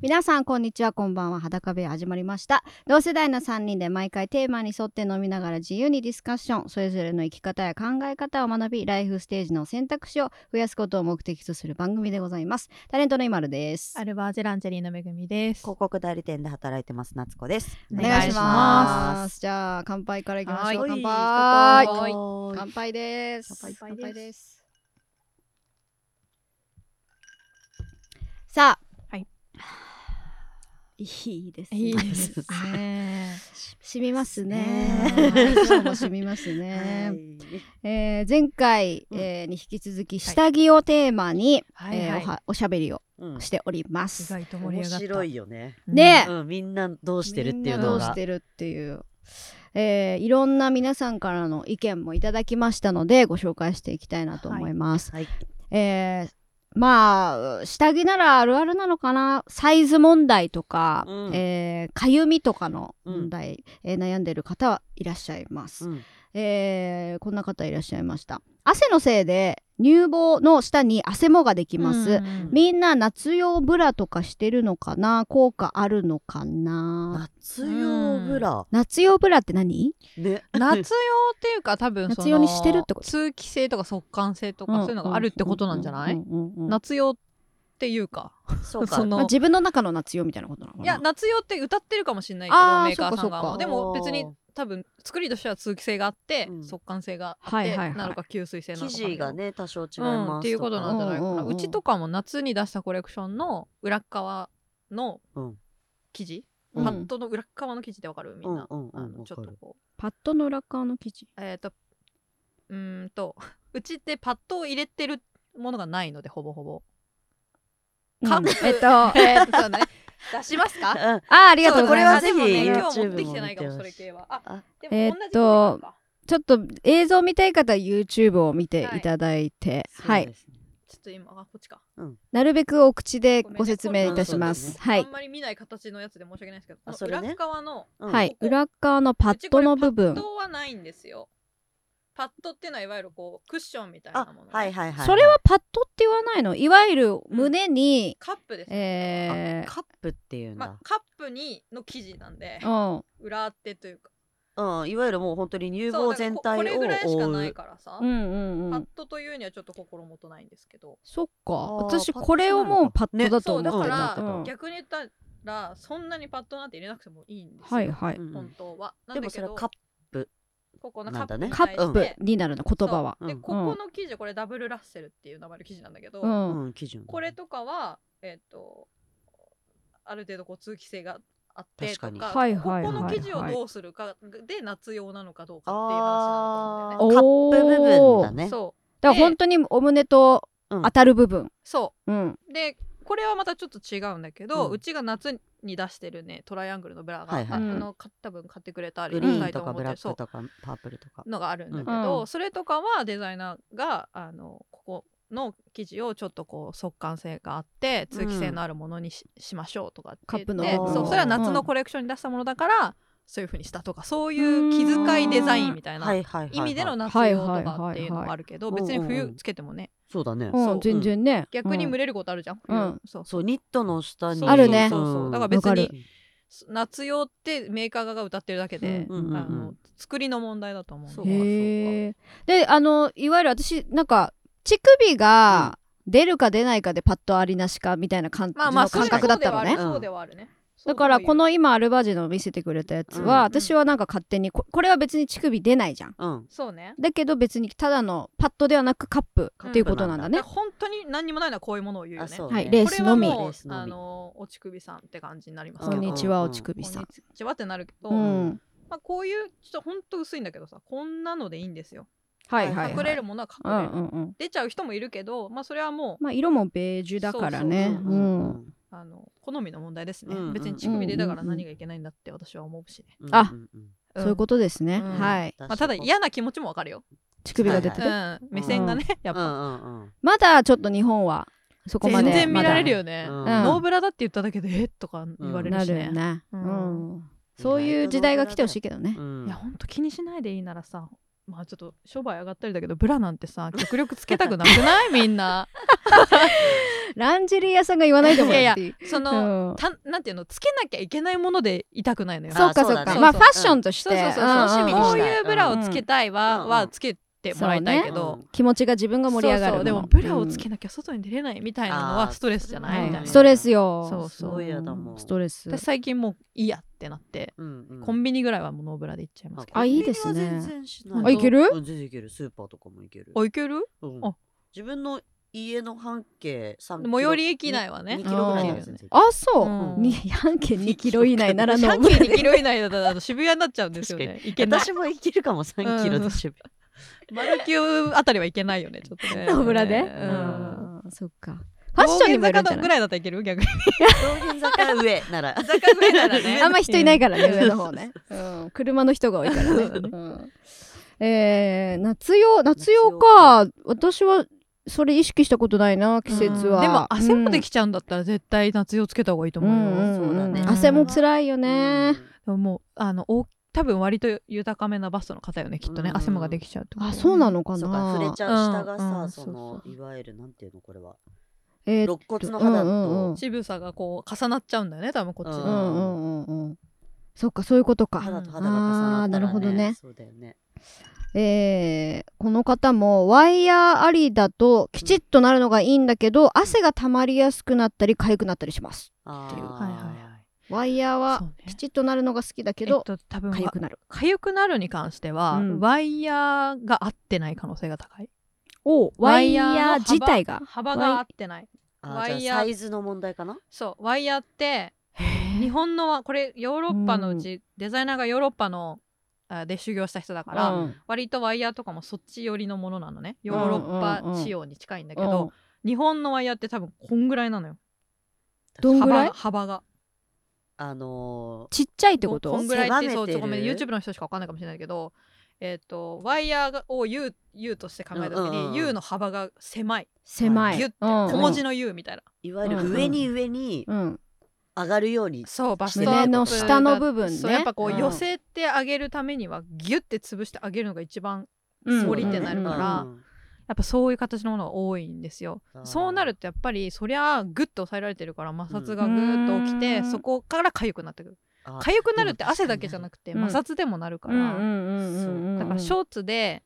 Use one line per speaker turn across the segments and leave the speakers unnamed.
皆さんこんにちはこんばんは裸部屋始まりました同世代の3人で毎回テーマに沿って飲みながら自由にディスカッションそれぞれの生き方や考え方を学びライフステージの選択肢を増やすことを目的とする番組でございますタレントの今るです
アルバージェランジェリーのめぐみです。
広告代理店で働いてます夏子です。
お
お
願
願
い
い
し
し
ま
ますじゃあ乾杯からいきましょう
は
乾
いはい
杯
乾杯
乾杯です
乾杯
乾杯
で
ですさあ
はい
いいですね
いいですね。
染みます
ね
ね。 今日も染みますね。えー前回、
うん
えーに引き続き下着をテーマに、
はい
えー
はい
おはおしゃべりを
うん
しておりま
意
す。
外と盛り上
面
がった。
白いよね。
うん
ね
うん、みんなどうしてるっ
みん
てい
な
う
ど
の
うし
が。
てるっていう、えーいろんな皆さんからの意見もいただきましたのでご紹介していきたいなと思います。
はい。
えーまあ下着ならあるあるなのかなサイズ問題とか、
うん
えーかゆみとかの問題、えー悩んでる方はいらっしゃいます。
うん
えーこんな方いらっしゃいました汗のせいで乳房の下に汗もができます、
うん
みんな夏用ブラとかしてるのかな効果あるのかな
夏用ブラ。
夏用ブラって何
ね。
夏用 っていうか多分その
夏用にしてるってこと
通気性とか速乾性とか
うん
そういうのがあるってことなんじゃない、
うんうんうんうん
夏用っていうか
そうか。
その
まあ自分の中の夏用みたいなことなのか
い
な
や夏用って歌ってるかもしれないけど
あー
メーカーさん
そっかそっ
が
か
でも別に多分作りとしては通気性があって、
うん
速乾性があって、
はいはいはい
なのか吸水性なのか
生地がね多少違いうますと
ん、
か。
っていうことなんじゃないかな、
う
うん
うんうん
ちとかも夏に出したコレクションの裏側の
うん
生地、
うん
パッドの裏側の生地ってわかるみんな、
うんうんうん
あの
わ
ちょ
か
っ
る
とこ
パッドの裏側の生地
うえっ、とうーんとうちってパッドを入れてるものがないのでほぼほぼカッ プ
えっとあ
えっとそうだね出 しますか
うん
ありがとう
そう
ございます
これはぜひ
今日持ってきてないか
YouTube
も
も
そ
見てほしい
れ系はあ
あ
で
え
も
ー
同じ
っと
とこか
ちょっと映像見たい方は YouTube を見ていただいては
そう
い
ですね
ちょっと今あこっちか
なるべくお口で
ごめんね
ご説明いたしま
そう
す
で
は
あ
い
んまり見ない形のやつで申し訳ないですけど
あ
こ
そ
の
れね
裏側の
うん
はい、
うん
裏側のパッドの部
う
分
ちこれパッドはないんですよパッドっていうのはいわゆるこうクッションみたいな
あ
もの、、
はいはいはい。
それはパッドって言わないのいわゆる胸に、
カップです、
え
あカップっていうん
まあ
だ、。
カップにの生地なんで
ー、
裏手というか
うん、いわゆるもう本当に乳
そうだから
房全
こ
体を
これぐらいしか
覆。
ないうからさ、
うんうんうんう
パッ
ん
ドというにはちょっと心もとないんですけど、
そっか
ー
私
パッド
これをもうパッドだと
そう
思
だ
っ
か
てた、
ら、
ねそう
うん
逆に言ったらそんなにパッドなんて入れなくてもいいんですよ、
はいはい、
うん
本当はなん
で
だ
も
け
そ
ど
れはカッ
ここのカッ
なんだ
プ
ね
に
カ
対して
ップになるの言葉は
プ。
で
うん
ここの生地これダブルラッセルっていう名前の生地なんだけど、
う
プ、
ん、
うん、基準。
これとかはえっ、とある程度こう通気性があってとか
確かに
はいはいはいはい
ここの生地をどうするかで夏用なのかどうかっていう話なの
ああ
か
カ
も
お
ね
ップ部分だね。
そ
だから本当にお胸と
うん
当たる部分、
うそ
うん、
うでこれはまたちょっと違うんだけど、
う
うんちが夏に出してるねトライアングルのブラが、
はいはい
あのか多分買ってくれたり
グリーン
と
と
思
か
っ
ブ
て
ラ
る
ッ
そ
ク
う
とかパープルとか。
のがあるんだけど、
うん
それとかはデザイナーがあのここの生地をちょっとこう速乾性があって通気性のあるものにし,、ましょうとかって言って
カップの
部分
そうそれは夏のコレクションに出したものだから、そういうふうにしたとかそういう気遣いデザインみたい
は
ない
はいはいはい。
意味での夏用とかっていうのもあるけど、
はいはいはいはい
別に冬つけてもね
そうだね。
うん
そう
全然ね
逆に
うん
蒸れることあるじゃん、
うん
冬そう
そうニットの下に
あるね
そうそうそうだから別
にわか
夏用ってメーカーが歌ってるだけで、
うん
うんうん
あの作りの問題だと思う
そうか
へえであのいわゆる私なんか乳首が出るか出ないかでパッドありなしかみたいな感じ
まあまあ
の感覚だったのね、
うん
そうではあるね。
だからこ
そう
の今アルバージェの見せてくれたやつは、
うん
私はなんか勝手にここれは別に乳首出ないじゃん
うん
そうね。
だけど別にただのパッドではなくカップっていうことなんだね、
で本当に何にもないのはこういうものを言うよ
あ
ね。
そう
はい
ね
レー
これ
ス
は
のみ
も
レ
う
ースのみ
あのお乳首さんって感じになります
こ
けど。
んにちはお乳首さん
こんにちはってなるけど、
うん
まあこういうちょっと本当薄いんだけどさ、こんなのでいいんですよ。
はいはい、はい、
隠れるものは
う
隠れ
ん
る。
うんうん
出ちゃう人もいるけど、まあそれはもう
まあ色もベージュだからね
そううそ
ん
あの好みの問題ですね。
うん
別に乳首出たから何がいけないんだって私は思うしね。
うん
あ
うんうん
そういうことですね、
うん
はい
まあただ嫌な気持ちもわかるよ。
乳首が出てる、
は
うん目線がね、やっ
うんう
ぱ
んうん
まだちょっと日本はそこま
全
で
然見られる
よ
よね。
うん
うん
ノーブラだって言っただけでえっとか言われる
な
し
る
ね
よ。ね、う
うん
んそういう時代が来てほしいけどね、
うん
いやほんと気にしないでいいならさまあちょっと 商売上がったりだけどブラなんてさ極力つけたくなくないみんな
ランジェリー屋さんが言わないでもらっていい
その、
うん
たなんていうのつけなきゃいけないもので痛くないのよ。
そうか
あ
そ
そうう
か
だね
まあ
そ
フ
うそ
ァ
う
ッションとして
そうそうそう、
んんん
そう趣味に
に
こ
し
う
たい
いうブラをつけたいは、
うん
はつけてもらいたいけ
そう
ど
ね。
気持ちが自分が盛り上がる
そうそうで
の
もブラをつ
うん
けなきゃ外に出れないみたいなのはストレスじゃない
は
みたいな、
い
うん
ストレスよ
そうそう
そ
すごいやだもん
ストレス
私最近もういいやってなって、
うんうん
コンビニぐらいはもうノーブラで行っちゃいますけど
あいいですね
コンビニは全然しない
あいけ
る
うん全然いけるスーパーとかもいける
あいける
うん
あ
自分の家の半径3キロ
最寄り駅内はね
2キロぐらいです
うん
ね
あそう
うん
に半径2キロ以内 ならの
半径2キロ以内だとあの渋谷になっちゃうんですよね行けない
私もいけるかも3キロ
うん
でしょ
丸九あたりはいけないよねちょっとね
ノーブラで、
う
うんんそっかファッションにもよるんじゃな
道玄坂のぐ
い
らいだったらいける逆に
道玄坂上なら
坂ぐらいならね
あんま人いないからね
うん
上の方ね、うん、車の人が多いからね、うんえー、夏用夏用か私はそれ意識したことないな季節は、
でも汗もで
き
きちゃうんだったら絶対夏用つけた方がいいと
う
思うよ、
んうん
そうだ
うん
ね
汗も辛いよね、
でももうあのお多分割と豊かめなバストの方よねきっとね、
うん
汗もができちゃうってこと
あそうなの
う
か
んそう
な
か触れちゃう下がさ、
うん
その
そうそう
いわゆるなんていうのこれは
えー
肋骨の肌と、
うんうんうん
渋さがこう重なっちゃうんだよね多分こっち
う
の、
んうんうんうんそっかそういうことか
肌と肌が重なったら、
あ
ね、
ーなるほどね
そうだよね
えーこの方もワイヤーありだときちっとなるのがいいんだけど、汗が溜まりやすくなったり痒くなったりします
あ
っていう
ー
はいはいはい
ワイヤー
そう
は
ね
きちっとなるのが好きだけど、
えっと、多分
痒
わ
くなる
痒くなるに関しては、
うん
ワイヤーが合ってない可能性が高い
おワイヤー自体が
幅が合ってない
あー
ワイ
じゃ
ヤー
あサイズの問題かな
そうワイヤーって日本のはこれヨーロッパのうち、デザイナーがヨーロッパのあで修行した人だから、
うん
割とワイヤーとかもそっち寄りのものなのねヨーロッ
うんうんう
パ
ん
仕様に近いんだけど、日本のワイヤーって多分こんぐらいなのよ
どんぐらい
幅が幅が
あの
ちっちゃいってこ
ことんぐらいってそ
狭
う
めてる
ちょごめん YouTube の人しかわかんないかもしれないけどえっ、とワイヤーがを U, U として考えた時に、
うんうんうん
U の幅が狭い
狭い
ギュッて
うんうん
小文字の U みたいな、
ーいわゆる上に上に
うん
上がるように、
そうバストアッ
胸
プ
の下の部分ね
そうやっぱこう
うん
寄せてあげるためにはギュッて潰してあげるのが一番
うん
反りってなるから
うん
やっぱそういう形のものが多いんですよ
あー
そうなるとやっぱりそりゃグッと抑えられてるから摩擦がグッと起き
う
て
ん
そこから痒くなってくる
あ
痒くなるって汗だけじゃなくて
うん
摩擦でもなるか
うんうん
ら
うんうんうん
だからショーツで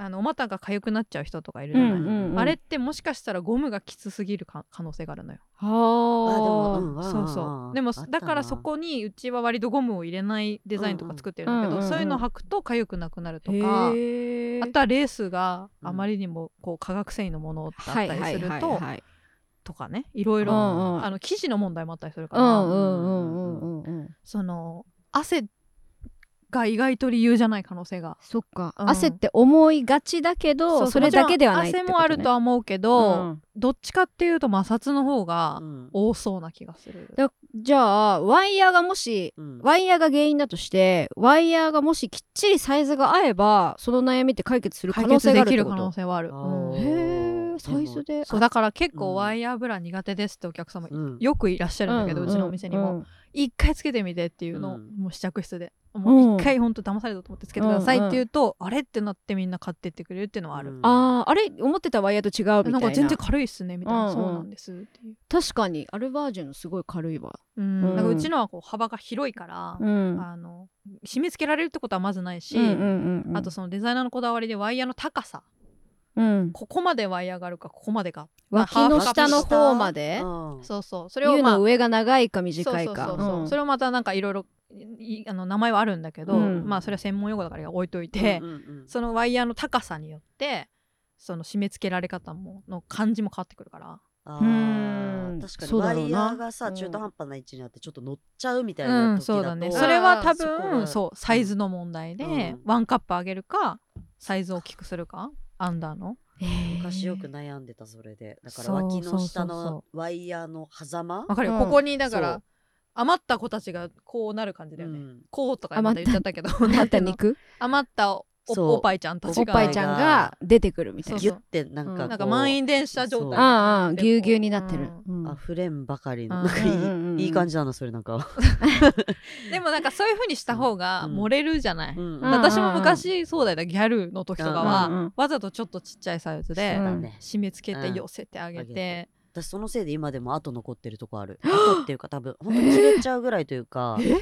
あのお股が痒くなっちゃう人とかいる
う
じゃ
ん
な
う
い
んうん
あれってもしかしたらゴムがきつすぎるか可能性があるのよ
あ
あでも、
ー
ん
そうそうでもだからそ、こにうちは割とゴムを入れないデザインとか作ってるんだけ
うんうんうんうん
どそういうの履くと痒くなくなるとか
へー
あとはレースがあまりにもこう化学繊維のものだったりする
はいはい
と
はいはい
とかねいろい
うんう
ろ
ん
あの生地の問題もあったりするか
う
ら、
んうんうんうんうんうん
その汗が意外と理由じゃない可能性が
そっか、
うん
汗って思いがちだけどそれだけではないっ
もち
て
ろん
こと、ね、
汗もあるとは思うけど、
うん
どっちかっていうと摩擦の方が
うん
多そうな気がする、
だじゃあワイヤーがもし
うん
ワイヤーが原因だとしてワイヤーがもしきっちりサイズが合えばその悩みって解決する可
解
能
決
性が
で
あるっ
き
て
る
こ
可能
と
性はある、うん
あ
へ
ー
ーサイズで
そうだから結構ワイヤーブラ苦手ですってお客様、
うん
よくいらっしゃるんだけど、うちのお店にも、一回つけてみてっていうのを、
うん
もう試着室で
う
も
ん
う一回ほんと騙されたと思ってつけてくださいって言うと、あれってなってみんな買ってってくれるっていうのはある、
うん
あーあれ思ってたワイヤーと違うみたいな
な
ん
か全然軽いっすねみたいな、
うんうん
そうなんですっていう、
確かにアルバージュのすごい軽いわ、
うん
うん
なんかうちのはこう幅が広いから、
ん
あの締め付けられるってことはまずないし、
うん
あとそのデザイナーのこだわりでワイヤーの高さ
うん、
ここまでワイヤーがあるかここまでか
脇
ハー
の
フカップ
下の方まで
うん
そうそうそれを
U
まあ
の上が長いか短いか
そうそうそうそう
うん
それをまたなんかいろいろいあの名前はあるんだけど、
うん
まあそれは専門用語だから置いといて、
うんうんうん
そのワイヤーの高さによってその締め付けられ方もの感じも変わってくるから
あ
うーん
ー確かに
そうだ
ワ
ろう
イ
な
ヤーが
う
さ
ん
中途半端な位置にあってちょっと乗っちゃうみたい
うん
な時だと、
そうだね
ー
それは多
そこ
分
が
そうサイズの問題で、
うん
ワンカップ上げるかサイズを大きくするかアンダーの
昔よく悩んでたそれでだから
そう
脇の下
そうそうそ
のワイヤーの狭間
わかるよ、
うん
ここにだか
そ
ら余った子たちがこうなる感じだよね、
うん
こうとかまた言っちゃったけど
余った
なんていうの
肉
余ったお
そう
おっぱいちゃんた
お
ち
っ
が
ぱいちゃんが出てくるみたい
そう
な
ギュッてなんかこう、
うん
なんか満員電車状態
そう
ああああぎゅうぎゅうになってる
うん、
うん
溢れんばかり
う
の
ん
なんかいい,、
うんうんうん
いい感じだなそれなんか、
でもなんかそういうふうにした方が
うん
漏れるじゃない、
うん
うん
だ
私も昔そうだよねギャルの時とかは、
うんうん
わざとちょっとちっちゃいサイズで
うん
ね
締め付けて
うん
寄せてあげて、
私そのせいで今でも後残ってるとこある後っていうか多分本当に切れちゃうぐらいというか
え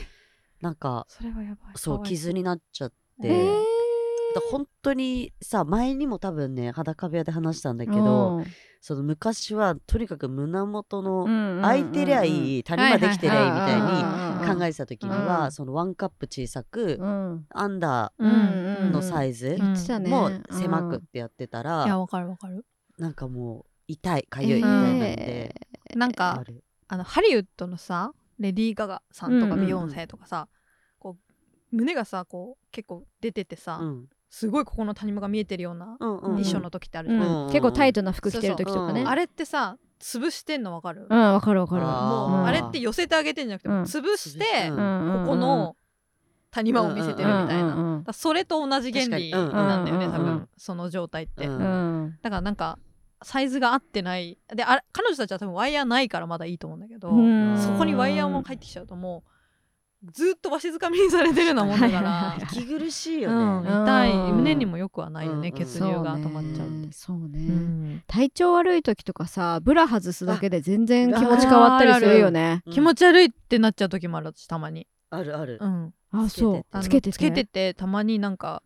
なんか
それはやばい
そう傷になっちゃって、
えー
だ本当にさ前にも多分ね裸部屋で話したんだけど
ど
その昔はとにかく胸元の
空
空いてりゃいい谷
はいは
間
いはい
できてりゃいいみたいに考
え
えてた時には、
うん
そのワンカップ小さく、
うん
アンダ
うんうんう
ー
ん
のサイズ
言ってたね
も狭くってやってたら、
いやわかるわかる
なんかもう痛いか
うん
ゆいみたいなん
え
で、
なん
あ
か
る
あのハリウッドのさレディー・ガガさんとか
うんうんうん
ビヨンセとかさ、こう胸がさこう結構出ててさ、
うん
すごいここの谷間が見えてるような
うんうんうん
衣装の時ってある
う
じゃ
ん
ない、
うん
結構タイトな服着てる時とかね
そうそううん
あれってさ潰してんのわかる、
うんわかるわかる
あー
もう
うん
あれって寄せてあげてんじゃなくて、
うん
潰して、
うん
ここの谷間を見せてるみたいな、
うんうんうん
だからそれと同じ原理
確かにうん
なんだよね、
うん
多
う
分
ん
その状態って、
うん
うん
だからなんかサイズが合ってないであ彼女たちは多分ワイヤーないからまだいいと思うんだけど、
うん
そこにワイヤーも入ってきちゃうともうずっとわしづかみにされてるようなもんだか
は
ら
いは。
息苦しい
うん、
よね、
痛い
うん
胸にもよくはないよね、
うん
血流が止まっちゃうって
そう
う
ね
ん
体調悪い時とかさブラ外すだけで全然気持ち変わったりするよね
うん
気持ち悪いってなっちゃう時もある私たまに、
あるある、
うん、
あそう
あの
つけて
つけててたまになんか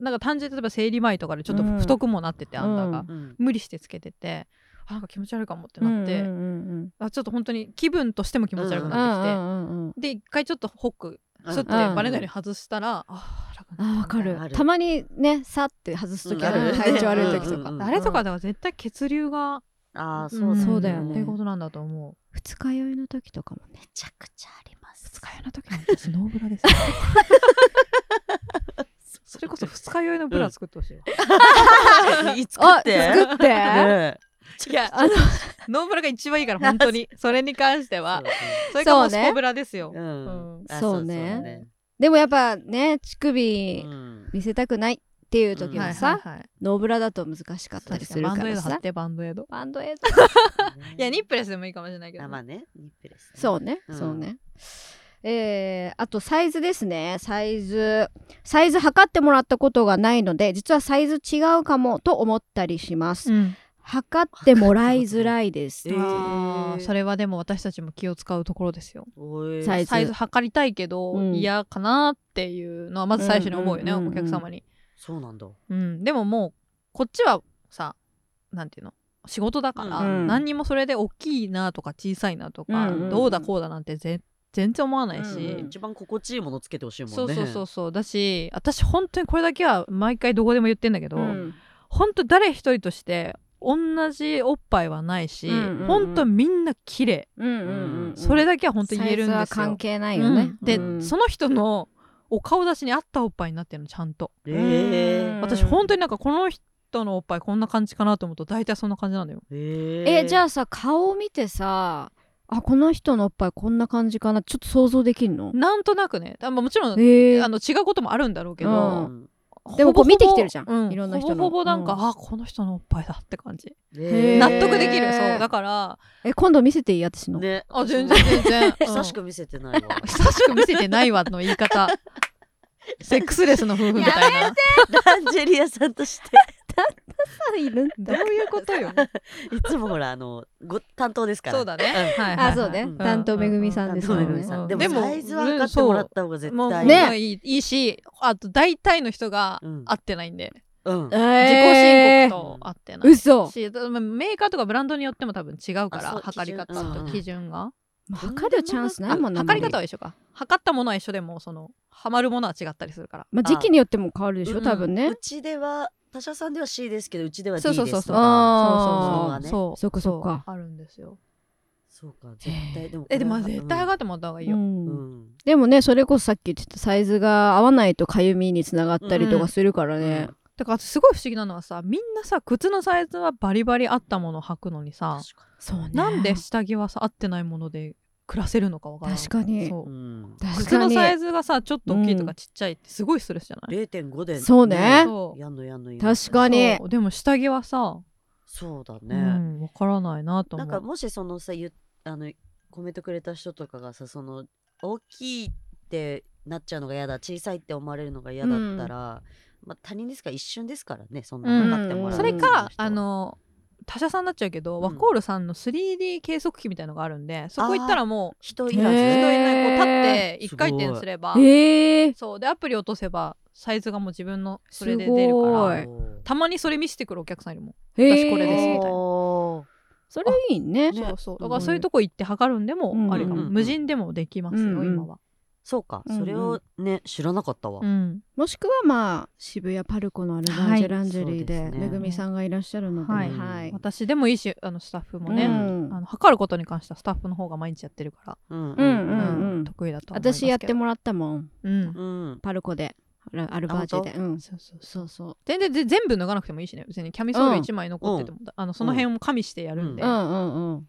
なんか単純に例えば生理前とかでちょっと
うん
太くもなってて、あんたが、
うん
うん
無理してつけててあなんか気持ち悪いかもってなって、
うんうんうん
あちょっと本当に気分としても気持ち悪くなってきて、
うんうん
で一回ちょっとホック
うん
スッてバレないように外したら、あー楽にな
あわか
った
る
ある
たまにねさって外す時あ
うんあ
る
る
体調悪い時
う
と
んうん
か
うん
あれとかだから絶対血流が
ああそう,、
ん
そうだよ
っ
ね
ていうことなんだと思う
二日酔いの時とかもね
めちゃくちゃあります
二日酔いの時の私ノーブラです それこそ二日酔いのブラ作ってほしいわ、
いつ作って
あ作って
ね
いや
あの
ノーブラが一番いいから本当にそれに関してはそれか
そ
も
う
う
ね
スコブラですよ、
うん
うん
あ
そうねでもやっぱね乳首
うん
見せたくないっていう時
うん
はさ
はいはい
ノーブラだと難しかったりする
バン
か
ドエイ
ら
ド貼
さ
ってバンドエイド
バンドエイド
いやニップレスでもいいかもしれないけど、
あまあねニップです ね
そうね、
うん
そうね。えー、あとサイズですねサイズサイズ測ってもらったことがないので実はサイズ違うかもと思ったりします、
うん
測ってもらいづらいです、
えー
あーそれはでも私たちも気を使うところですよ
おい
サイズ
サイズ測りたいけど
うん
嫌、かなっていうのはまず最初に思うよね、
うんうんうん
お客様に、
そうなんだ
うん、でももうこっちはさなんていうの仕事だから、
うん
何にもそれで大きいなとか小さいなとか、
うんうんうん
どうだこうだなんてぜ全然思わないし、
うんうん一番心地いいものつけてほしいもんね
そうそうそうそうだし私本当にこれだけは毎回どこでも言ってんだけど、
うん
本当誰一人として同じおっぱいはないし、
うんうんうん
本当みんな綺麗
うんうんうん、
それだけは本当言えるん
サイズは
ですよ、
関係ないよね、
うんで、
うん
その人のお顔出しに合ったおっぱいになってるのちゃんと、
うん
え
私本当になんかこの人のおっぱいこんな感じかなと思うと大体そんな感じなのよ
ー
えじゃ
あ
あさ顔を見てさあこの人のおっぱいこんな感じかなちょっと想像できるの、
なんとなくねあまあもちろん、
えー
あの違うこともあるんだろうけど、
うん
ほぼ
でもこう
ほぼ
見てきてるじゃん
う
いろんな人の
ほぼほぼなんか、
うん
あこの人のおっぱいだって感じ、
へー
納得できるそうだから
え今度見せていい私の、
ね
あ全然全 然
久しく見せてないわ
久しく見せてないわの言い 方セックスレスの夫婦みたいな
ランジェリアさんとして
いるん
どういうことよ
いつもほらあのご担当ですから
そうだね、はいはいはい
あそうね、
うん
担当めぐみさん
担
です
当
も
め
ん
ぐ
ね
みさん
う
で
ん
も
でも
サイズは測ってもらった方が絶
もう
対
ね
もういいいいしあと大体の人が
うん
合ってないんで、
うん
自己申
告
告と合ってない
嘘
し、だまあメーカーとかブランドによっても多分違うか
あそ
ら
う
測り方
基準
と基準が、
もう測るチャンスないもんな
測り方
は、
は一緒か測ったものは一緒でもそのはまるものは違ったりするから、
まあ、時期によっても変わるでしょ
うん
多分ね、
うちでは他社さんでは C ですけどうちでは D
そう
です
そうそうそ
とか
う
あ
ー
そうそう
そっかそっか
そうあるんですよ
そうか絶対でも
えでも絶対測ってもらった方がいいよ、
うん
うん
でもねそれこそさっき言ってたサイズが合わないとかゆみにつながったりとかするからね、
だからすごい不思議なのはさみんなさ靴のサイズはバリバリ合ったものを履くのにさ
確か
そうね
なんで下着はさ合ってないもので暮らせるのかわからない
確かに
そう
にうん
確
靴
か
の
に
サイズがさちょっと大きいと
う
かちっちゃいってすごいストレスじゃない、
0.5で
そうね
そう
やんのやんの
確かに
そうでも下着はさ、
そうだ
う
ね
ん、わからないなと思
な
うん
かもしそのさゆあのコメントくれた人とかがさその大きいってなっちゃうのが嫌だ小さいって思われるのが嫌だったら、まあ、他人ですから一瞬ですからねそんな
うん
測ってもらう
それ
うん
かあの他社さんになっちゃうけど、
うん
ワコールさんの 3D 計測器みたいのがあるんでそこ行ったらも
人
う
い
人い
ら
な
ず、
へー
いこう立って
え
1回転すれば
えー、
そうでアプリ落とせばサイズがもう自分のそれで出
す
るか
ご
ら
い
たまにそれ見せてくるお客さんいるもん、
私
これですみたいな
おー
それいいね
ね
そうそうだからそういうとこ行って測るんでもありかも、
うん
うんうん
無人でもできますよ、
うんうん
今は、
そうか、
うんうん
それをね知らなかったわ、
うん、
もしくはまあ渋谷パルコのアルバンジェランジェリーで,、
はいそうですね
めぐみさんがいらっしゃるので、
はい
はい
私でもいいしあのスタッフもね、
うん
あの測ることに関してはスタッフの方が毎日やってるか
うん
うん
ら、
うん
得意だとは思います
私
けど
やってもらったもん
うん
うん
パルコでラアルバージェで
あ
うん
そうそうそう
そうそう
全然ぜ全部脱がなくてもいいしね別にキャミソール1枚残ってても、あのその辺を加味してやるんで、
うんうんうん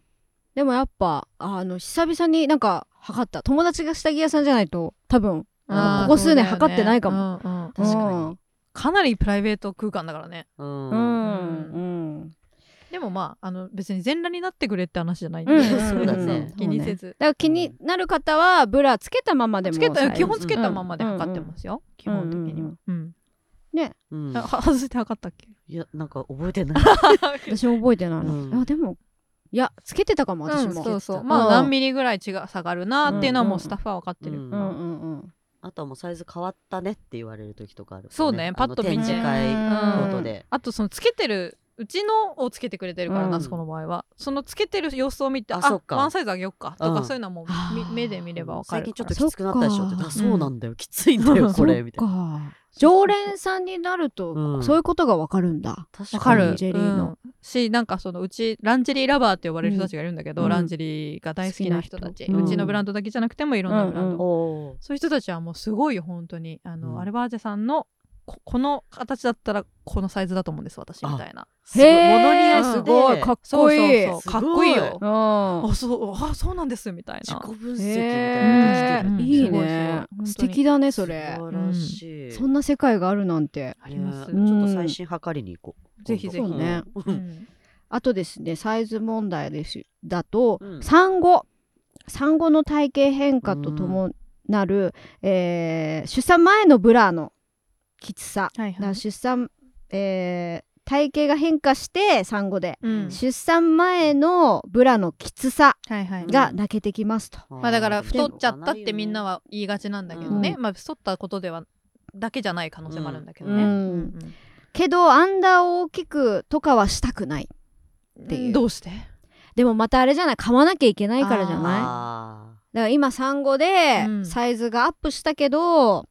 でもやっぱあの久々になんか測った友達が下着屋さんじゃないと多分
あー
ここ数年
そうだよ
測
ね
ってないかも、
うんうん
確か
うん
に
かなりプライベート空間だからね
うん
う
うん
んうん
でもまああの別に全裸になってくれって話じゃないん
う
で、
ん
そうだ ね
気にせず、
だから気になる方はブラつけたままでも
つけ
サイ
た
ズ
基本つけたままで測ってますよ、基本的には、うん
うん
あは外して測ったっけ
いやなんか覚えてない
私も覚えてないな、
うん
あでもいやつけてたかも私
うん
も、
そうそう
うん
まあ何ミリぐらい違う下がるなっていうのはもううんスタッフは分かってる、
うん
うんうんうん
あとはもうサイズ変わったねって言われる時とかある、
そうねパッと見て
あの展示会
うん
ごとで、
あとそのつけてるうちのをつけてくれてるからな、
うん
そこの場合はそのつけてる様子を見てあ
あそっか
ワンサイズ上げよっかとか、
うん
そういうのはも
あ
うみ
ー
目で見れば分か
最
る
近ちょ
から
っときつくなったでしょって
そっか
あそうなんだよきついんだよこれみたいな
そっか常連さんになると、
うん
そういうことがわかるんだ
確
わか
う
る
んジェリーの
うんしなんかそのうちランジェリーラバーって呼ばれる人たちがいるんだけど、
うん
ランジェリーが大好きな人たち、
好きな
う
人
ちのブランドだけじゃなくてもいろんなブラ
うん
ンド、
うん
おー
そういう人たちはもうすごいよ本当にあの、
うん
アルバージェさんのここの形だったらこのサイズだと思うんです私みたいな
すごい物に合
合
い
わせ
す
て
ごいかっこいい
そうそうそうか
す
っ
ごい
こいいよ
うん
あそうあそうなんですみたい
自
な
己分析みた
へ
いな
ー
う
のができてる
ん
いい
すごいすごい
ね
本当に
素敵だねそれ
素晴らしい、
そんな世界があるなんて
あります、
うん
ねちょっと最新測りに行こう。
ぜひ
ひ
ぜ
今度
そうね
うん
あとですねサイズ問題ですだと、
うん
産後産後の体型変化と伴る、えー出産前のブラのきつさ
はい
だか
は
ら
い
出産、えー体型が変化して産後で、
うん
出産前のブラのきつさ
はいはい
が泣けてきますと、
うん
まあだから太っちゃったってみんなは言いがちなんだけどね、
う
まあ太ったことではだけじゃない可能性もあるんだけど
う
ね、
んけどアンダーを大きくとかはしたくないっていう
どうして
でもまたあれじゃない噛まなきゃいけないからじゃないだか
あ
ら今産後で
うん
サイズがアップしたけど、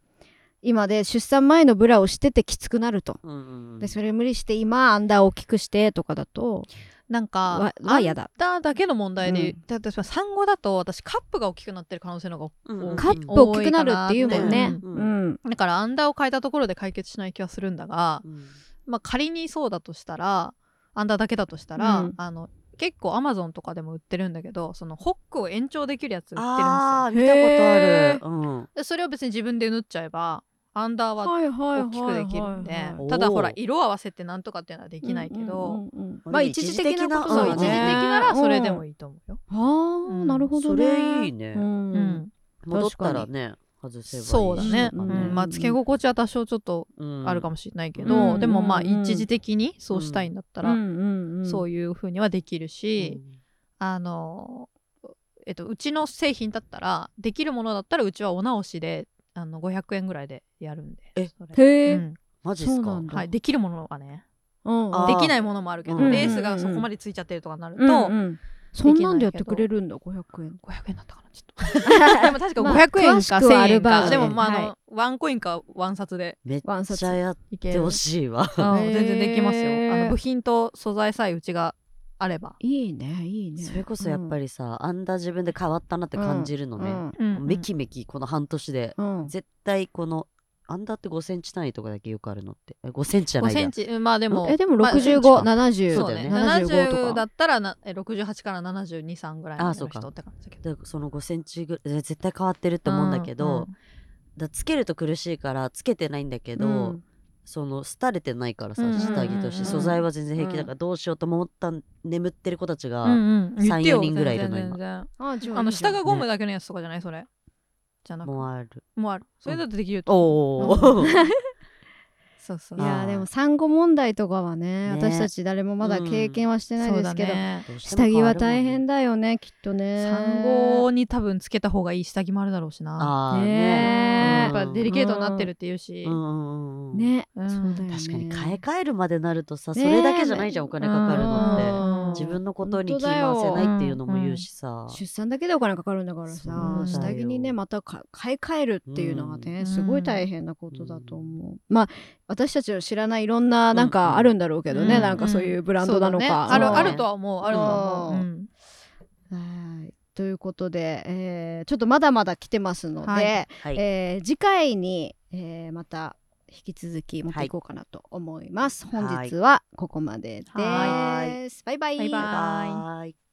今で出産前のブラをしててきつくなると
ーうんうん
でそれ無理して今アンダーを大きくしてとかだと
なんか
わわやだ
だだけの問題で、
う
だって私産後だと私カップが大きくなってる可能性の方が
うんうんうん
カップ大きくなるっていうもんね
多いかなって
うん
だからアンダーを変えたところで解決しない気はするんだが、
うん
まあ、仮にそうだとしたらアンダーだけだとしたら、
うん
あの結構アマゾンとかでも売ってるんだけどそのホックを延長できるやつ売ってるんです
あ
よ
あ見たことあるうん
でそれを別に自分で縫っちゃえばアンダーは
はいは
大きくできるんで
はい
ただほら
おー
色合わせてなんとかっていうのはできないけど、
うんうんうんうん
まあ一時的な
そう
うん
一時的ならそれでも
いい。
いいと思うよ、
ああ、
うん
なるほど
そ
ね。
れいいね
うん
うん
戻ったらね外せばいいし
そうだね、
う
うん
ん
まあつけ心地は多少ちょっと
うん
あるかもしれないけど、
うん
でもまあ
うん
一時的にそうしたいんだった
う
ら、
んうんうん、
そう
い
いうふうにはできるし、
うん
あのえっとうちの製品だったらできるものだったらうちはお直しであの500円ぐらいでやるんで
え
それ
へえ、
うん
マジっす
そうな
か
んだ
はい、できるものがね
うんうん
あー
できないものもあるけど
うん
レースがそこまでついちゃってるとかになると、
うんうんそんなんでやってくれるんだ、500円。
500円だったかなちょっと でも確か500円か
まあ詳しくは
1000
アル
円
バージ
か
ェ
でもまああの、
は
ワンコインかワン札で
めっ
ワンサツ
ちゃやっ
いけ
て
る
ほしいわ
うん
へー
全然できますよあの部品と素材さえうちがあれば、
いいね、いいね。
それこそやっぱ
り、
りさあんだ自分で変わったなって感じるの
うん
ねめきめきこの半年で
うん
絶対このアンダーって5センチ単位とかだけよくあるのってえ5センチじゃな
5
いや
センチうんまあでも
え、でも
まあ
65、
ま
70、
そうだね
75と
70
か。
だったらなえ68から723ぐらいの
あそ
人
うか
って感じだけど
でその5センチぐらい絶対変わってると思うんだけど、だつけると苦しいからつけてないんだけど、
うん
その廃れてないからさ
うんうんうんうん
下着として素材は全然平気だからどうしようと思った眠ってる子たちが、
うんうんうん、
3
言ってよ
4人ぐらいいるの
全然全
あじゃ
然
あ
あの下が
いい
ゴムだけのやつとかじゃないそれじゃなくも
もうある
うあるそれだとできると
おお、
うん
そうそう
い
あ
や
ー
ーでも産後問題とかはね
ね
私たち誰もまだ経験はしてない
そう
で
だ
すけど、
ね
どうしても
下着は
変わる
大
もんね
変だよねきっとね
産後に多分つけた方がいい下着もあるだろうしな
ああ
ね
ね
や
え
っぱデリケートになってるっていうし、
うんうんうんうん
ね、
うん
そうだよね
確かに買い替えるまでなるとさそ
ね
れだけじゃないじゃんお金かかるのって
うん
自分のことに
本
気
当だ
回
よ
せないっていうのも言うしさ
出産だけでお金かかるんだからさ
そうだ
下
よ
着にねまたか買い替えるっていうのがね、
うん
すごい大変なことだと思う、まあ私たちの知らないいろんななん
うんう
か
ん
あるんだろうけどね、
うん
なんかそういうブランドなのか、
そうだねある
うん
あるとは思うあるとは思う、
う
うん
はいということで、えーちょっとまだまだ来てますので、
はい
はい
えー次回に、えーまた引き続き持っていこうかなと思います、
はい
本日はここまでです、
は
バイバイ
バイバイ
バイバイ